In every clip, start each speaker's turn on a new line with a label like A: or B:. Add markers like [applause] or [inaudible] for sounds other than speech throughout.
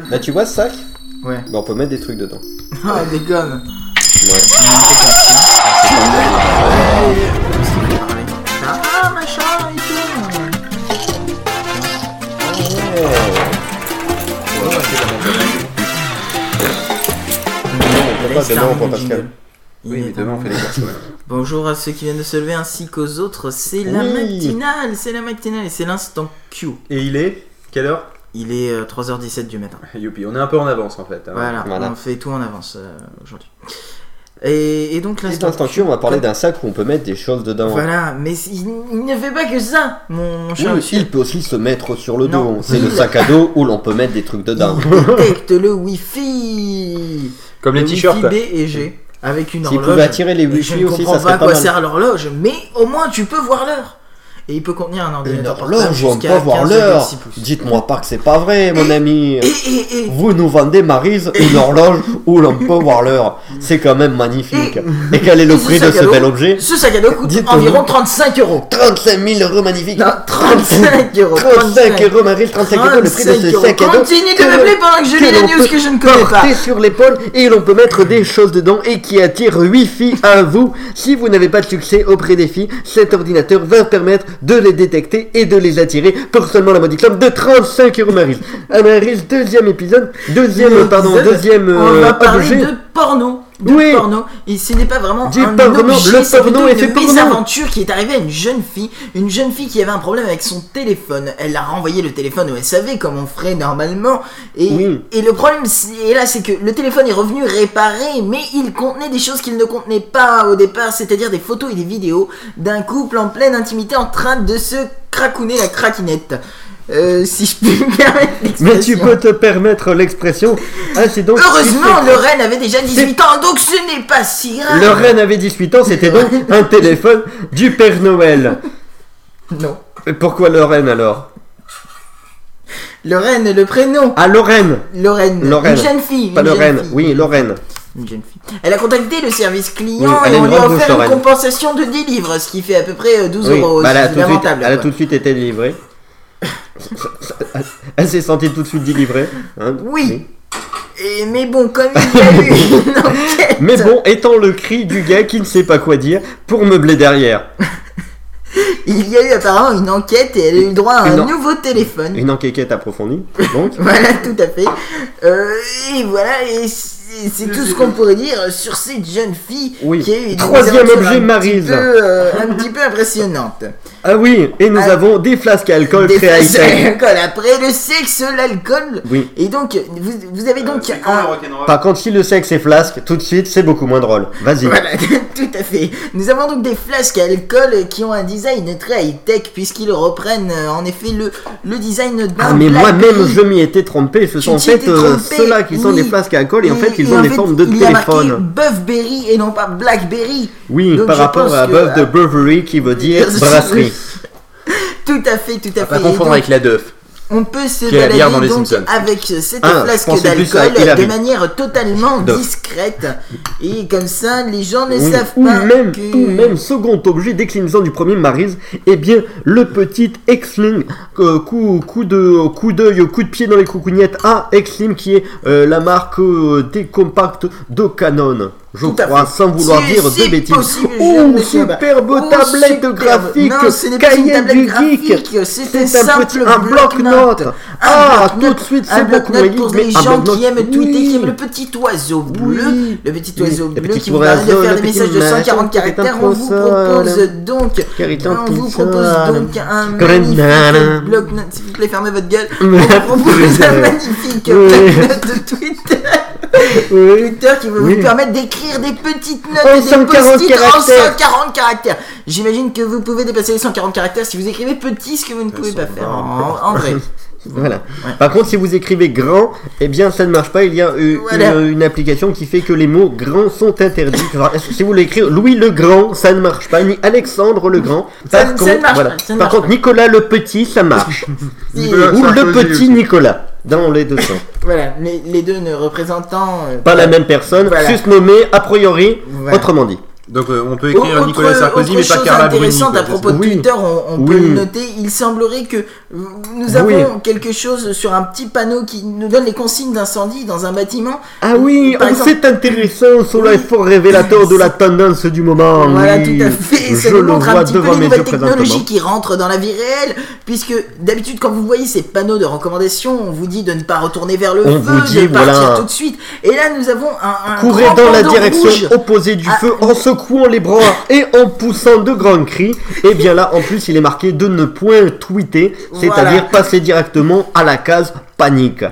A: Là, Bah, tu vois ce sac
B: Ouais.
A: Bah, on peut mettre des trucs dedans.
B: Ah, déconne.
A: Ouais.
B: Qu'est-ce qu'il fait parler Ah, machin et tout.
A: on peut pas,
B: Laisse
A: demain, on
B: terminer
A: prend
B: le jingle.
A: Pascal. Oui,
B: Il
A: mais
B: est
A: demain,
B: temps.
A: on fait les courses. ouais.
B: Bonjour à ceux qui viennent de se lever ainsi qu'aux autres, c'est la
A: Oui.
B: matinale, c'est la matinale et c'est l'instant Q.
C: Et il est Quelle heure [laughs]
B: Il est euh, 3h17 du matin.
C: Youpi, on est un peu en avance en fait. hein.
B: Voilà,
A: Voilà.
B: on fait tout en avance euh, aujourd'hui. Et, et donc
A: Et
B: l'instant
A: dans instant Q, on va parler d'un sac où on peut mettre des choses dedans.
B: Voilà, mais c- il, il ne fait pas que ça, mon, mon
A: Oui,
B: cher
A: mais il peut aussi se mettre sur le
B: Non.
A: dos. C'est le sac à dos où l'on peut mettre des trucs dedans.
B: Détecte le Wi-Fi
C: Comme les
B: Le
C: t-shirts.
B: Wi-Fi B et G, avec une
A: S'il
B: horloge.
A: pouvait attirer les
B: Et je
A: wifi
B: ne
A: aussi,
B: comprends
A: ça
B: pas à
A: serait pas
B: quoi
A: mal.
B: sert l'horloge, mais au moins tu peux voir l'heure. Et il peut contenir un
A: Une
B: ordinateur portable
A: horloge, on peut
B: jusqu'à
A: voir
B: 15,6
A: l'heure.
B: pouces.
A: Dites-moi pas que c'est pas vrai, mon ami.
B: Et, et, et,
A: Vous nous vendez, Marise, une horloge où l'on peut voir l'heure. C'est quand même
B: [laughs]
A: magnifique. Et quel est le
B: Et ce
A: prix de
B: sac à
A: ce
B: dos
A: bel objet
B: ce sac à dos coûte
A: Dites-nous.
B: environ 35 euros.
A: 35 000 euros magnifiques.
B: Non, 35 euros.
A: 35 euros, Marise, 35 euros, le prix de
B: 35
A: ce sac à
B: euros.
A: dos.
B: Continue
A: que
B: de meubler pendant que je lis les
A: l'on
B: news
A: peut
B: que je ne connais pas.
A: porter sur l'épaule et l'on peut mettre des choses dedans et qui attire Wi-Fi à vous. Si vous n'avez pas de succès auprès des filles, cet ordinateur va permettre de les détecter et de les attirer pour seulement la modique somme de 35 euros Marise. Ah, Marise, deuxième épisode, deuxième,
B: Épisode.
A: pardon, deuxième
B: On va
A: euh,
B: parler
A: objet.
B: de porno. De
A: Oui.
B: porno. Et ce n'est pas vraiment
A: Du
B: un
A: porno,
B: objet,
A: le
B: c'est
A: porno
B: plutôt
A: est
B: une
A: fait pour nous.
B: mésaventure qui est arrivée à une jeune fille. Une jeune fille qui avait un problème avec son téléphone. Elle a renvoyé le téléphone au SAV comme on ferait normalement. Et,
A: Oui.
B: et le problème, c'est- et là, c'est que le téléphone est revenu réparé, mais il contenait des choses qu'il ne contenait pas au départ, c'est-à-dire des photos et des vidéos d'un couple en pleine intimité en train de se cracouner la craquinette. Euh, si je puis me permettre
A: Mais tu
B: l'expression.
A: peux te permettre l'expression. Ah, c'est donc.
B: Heureusement, le reine avait déjà 18 ans, donc ce n'est pas si grave.
A: Le reine avait 18 ans, c'était donc un téléphone du Père Noël.
B: Non.
A: Et Pourquoi Lorraine alors
B: Lorraine est le prénom.
A: Ah Lorraine
B: Lorraine.
A: Lorraine.
B: Une jeune fille.
A: Pas
B: une jeune
A: Lorraine,
B: fille.
A: oui Lorraine.
B: Une jeune fille. Elle a contacté le service
A: Oui,
B: client
A: elle
B: et
A: a
B: on
A: une
B: lui a
A: grande
B: offert
A: bouche,
B: une
A: Lorraine.
B: compensation de 10 livres, ce qui fait à peu près euh, 12
A: Oui,
B: euros.
A: bah, elle, a
B: c'est
A: tout de suite,
B: lamentable,
A: elle a
B: quoi.
A: tout de suite été délivrée. [laughs] elle s'est sentie tout de suite délivrée. hein.
B: Oui. Et- mais bon, comme il
A: [laughs]
B: y a eu une enquête.
A: Mais bon, étant le cri du gars qui ne sait pas quoi dire pour meubler derrière.
B: Il y a eu apparemment une enquête et elle a eu droit à un
A: Une en-
B: nouveau téléphone.
A: Une enquêquette approfondie,
B: [laughs]
A: donc.
B: Voilà, tout à fait. Euh, et voilà, et c'est c'est tout ce qu'on pourrait dire sur cette jeune fille
A: Oui.
B: qui est une
A: Troisième
B: aventure
A: objet,
B: un petit
A: Maryse.
B: peu, euh, un petit peu
A: [laughs]
B: impressionnante.
A: Ah oui, et nous
B: Ah.
A: avons des flasques à alcool
B: Des
A: très
B: faces à
A: high-tech.
B: l'alcool. Après le sexe, l'alcool.
A: Oui.
B: Et donc, vous, vous avez donc
C: Euh, C'est
B: [laughs]
C: quand le
B: un...
C: rock'n'roll
A: Par contre, si le sexe est flasque, tout de suite, c'est beaucoup moins drôle. Vas-y.
B: Voilà, [laughs] tout à fait. Nous avons donc des flasques à alcool qui ont un design très high-tech puisqu'ils reprennent euh, en effet le, le design d'un
A: Ah, mais
B: Blackberry.
A: moi-même je m'y étais trompé, ce
B: Tu
A: sont en
B: t'y
A: fait
B: étais
A: euh,
B: trompé,
A: ceux-là qui sont
B: oui.
A: des flasques à alcool et, en fait ils
B: et
A: ont
B: en
A: des
B: fait,
A: formes de
B: il y a marqué
A: téléphone.
B: Buffberry et non pas Blackberry.
A: Oui,
B: Donc,
A: par
B: je
A: rapport
B: pense
A: à
B: que- euh,
A: Buff de Burberry qui veut
B: [laughs]
A: dire brasserie.
B: Tout à fait, tout à fait.
C: Pas
B: Et
C: confondre
B: donc,
C: avec la Duff.
B: on peut se
C: qui est à
B: balader
C: lire dans les
B: donc
C: Simpsons.
B: avec cette
A: Ah, je
B: flasque
A: pensais plus à
B: d'alcool de
A: Hillary.
B: manière totalement
A: Doc.
B: discrète. Et comme ça, les gens ne
A: Oui.
B: savent
A: Ou
B: pas
A: même,
B: que...
A: ou même second objet déclinaison du premier Marise, eh bien le petit Exlim, euh, coup, coup de coup d'œil, coup de pied dans les coucougnettes à Exlim qui est euh, la marque euh, décompacte de Canon. Je
B: Tout à
A: crois,
B: fait.
A: sans vouloir
B: Si-
A: dire
B: si
A: de bêtises.
B: possible, je ne
A: oh,
B: sais
A: superbe
B: pas. Oh,
A: tablette
B: superbe.
A: graphique,
B: Non, ce n'est pas une
A: cahier
B: tablette
A: du geek.
B: graphique, c'est un
A: C'est un
B: simple
A: petit un
B: bloc-notes.
A: bloc-notes.
B: Un
A: Ah,
B: bloc-notes-
A: tout de suite,
B: un
A: c'est beaucoup
B: bloc-notes
A: moins
B: pour
A: geek,
B: les
A: mais un
B: gens qui
A: bloc-notes,
B: aiment tweeter, qui
A: oui.
B: aiment le petit oiseau bleu.
A: Oui.
B: Le petit
A: Oui,
B: oiseau
A: le
B: bleu
A: petit
B: qui vous
A: oiseau,
B: permet de faire
A: le
B: des
A: petit
B: messages de
A: machin,
B: 140
A: qui est un
B: caractères. On vous
A: console.
B: propose donc, hein, on vous propose donc un magnifique
A: Grenade.
B: bloc-notes. S'il vous plaît, fermez
A: [laughs]
B: votre gueule. On
A: Oui.
B: vous propose un magnifique
A: Oui.
B: bloc-notes de Twitter.
A: Oui.
B: Twitter qui va
A: Oui.
B: vous permettre d'écrire des petites notes
A: En
B: et des
A: 140
B: post-it en
A: caractères.
B: 140 caractères. J'imagine que vous pouvez dépasser les 140 caractères si vous écrivez petit, ce que vous ne pouvez pas faire en, en
A: [laughs]
B: vrai.
A: Voilà. Par contre, si vous écrivez grand, eh bien ça ne marche pas. Il y a euh,
B: Voilà.
A: une, une application qui fait que les mots grands sont interdits. Enfin, si vous voulez écrire Louis le Grand, ça ne marche pas, ni Alexandre le Grand.
B: Ça-
A: Par
B: ça ne
A: contre,
B: marche
A: voilà.
B: pas, ça ne
A: Par
B: marche
A: contre, Nicolas le Petit, ça
B: [laughs]
A: marche.
B: Si-
C: Voilà.
A: Ou
C: Ça
A: le
C: peut aussi,
A: Petit
C: aussi.
A: Nicolas, dans les deux sens.
B: voilà, les, les deux ne représentant euh,
A: Pas la même personne,
B: Voilà.
A: susnommé a priori,
B: Voilà.
A: autrement dit.
C: Donc euh, on peut
B: Autre,
A: hein,
C: écrire Nicolas Sarkozy,
B: autre
C: mais pas
B: chose
C: Carla Bruni.
B: intéressante
C: quoi,
B: à
C: c'est
B: propos
C: ça.
B: de
A: Oui.
B: Twitter, on, on
A: Oui.
B: peut le noter. Il semblerait que euh, nous avons
A: Oui.
B: quelque chose sur un petit panneau qui nous donne les consignes d'incendie dans un bâtiment.
A: Ah oui,
B: Par
A: oh,
B: exemple-
A: c'est intéressant, cela est fort révélateur de la tendance du moment.
B: voilà,
A: oui.
B: tout à fait. Ça
A: Je
B: nous
A: le
B: montre
A: vois
B: un petit peu
A: devant
B: les
A: mes
B: nouvelles
A: yeux
B: technologies
A: présentement.
B: qui rentrent dans la vie réelle, puisque d'habitude, quand vous voyez ces panneaux de recommandation, on vous dit de ne pas retourner vers le
A: On
B: feu,
A: vous dit,
B: de partir
A: voilà.
B: tout de suite. Et là, nous avons un, un
A: Courez
B: grand
A: dans la
B: bandeau
A: direction
B: rouge.
A: opposée du
B: Ah.
A: feu en secouant les bras et en poussant de grands cris. Et bien là, en plus, il est marqué de ne point tweeter, c'est-à-dire
B: Voilà.
A: passer directement à la case panique.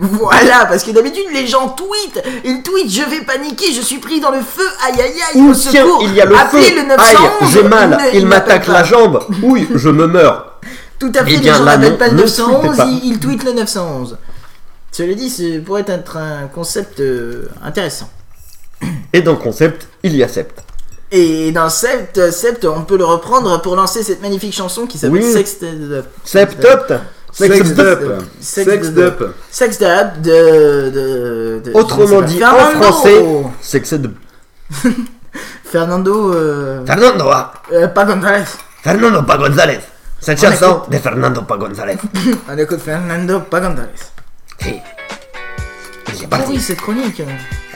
B: Voilà, parce que d'habitude les gens tweetent, ils tweetent je vais paniquer, je suis pris dans le feu, aïe aïe aïe,
A: Ou
B: au
A: tiens,
B: secours,
A: il y a le
B: appelez
A: feu.
B: le
A: Aïe,
B: 911.
A: j'ai mal,
B: ne-
A: il,
B: n'appelle
A: m'attaque
B: pas.
A: la jambe. Oui, je me meurs.
B: Tout à
A: Eh
B: fait, les
A: bien,
B: gens
A: là,
B: n'appellent pas le
A: ne- ne tweetez
B: 911,
A: pas.
B: ils, ils tweetent le 911. Cela dit, c'est pourrait être un concept euh, intéressant.
A: Et dans le concept, il y a sept.
B: Et dans Sept, euh, Sept, on peut le reprendre pour lancer cette magnifique chanson qui s'appelle euh,
A: Oui.
B: Sexted Up.
A: Sept up.
C: Sexed up.
B: Sexed
C: Sexed
B: up.
C: up.
B: Sexted Up de. de, de- je ne sais
A: Autrement
B: pas.
A: dit, en
B: Fernando
A: français, sexed.
B: Fernando. euh,
A: Fernando, ah,
B: euh, pas Gonzalez.
A: Fernando pas González. Cette
B: On
A: chanson de Fernando pas González.
B: On écoute Fernando pas Gonzalez.
A: Hey. C'est
B: Ah
A: parti.
B: oui, cette chronique. euh.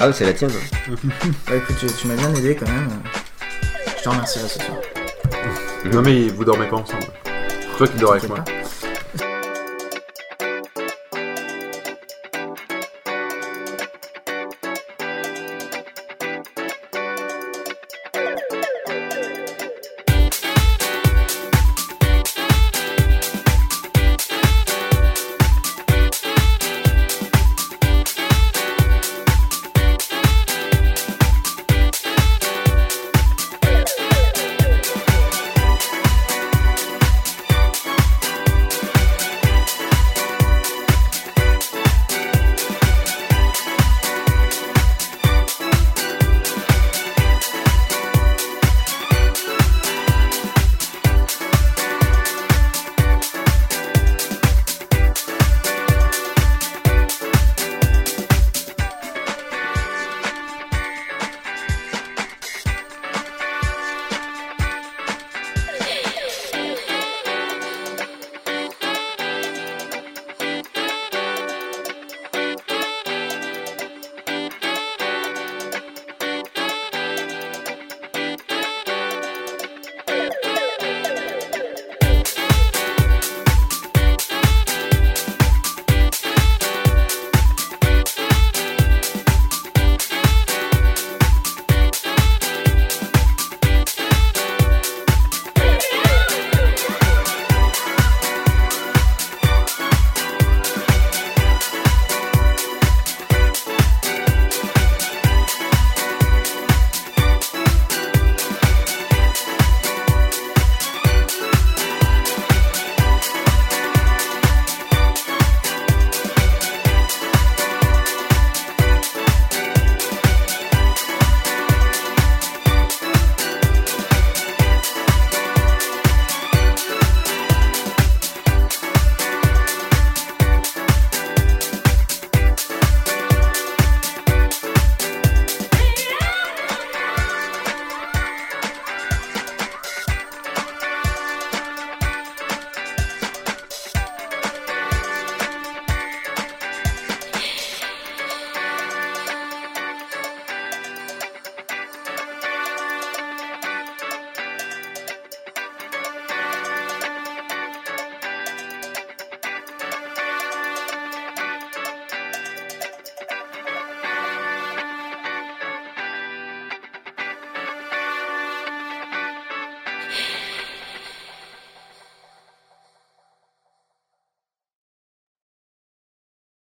A: Ah oui, c'est la tienne.
B: Bah écoute, tu, tu m'as bien aidé quand même. Je te remercierai ce soir.
C: Non mais vous dormez pas ensemble. Toi qui dors avec moi.
B: T'inquiète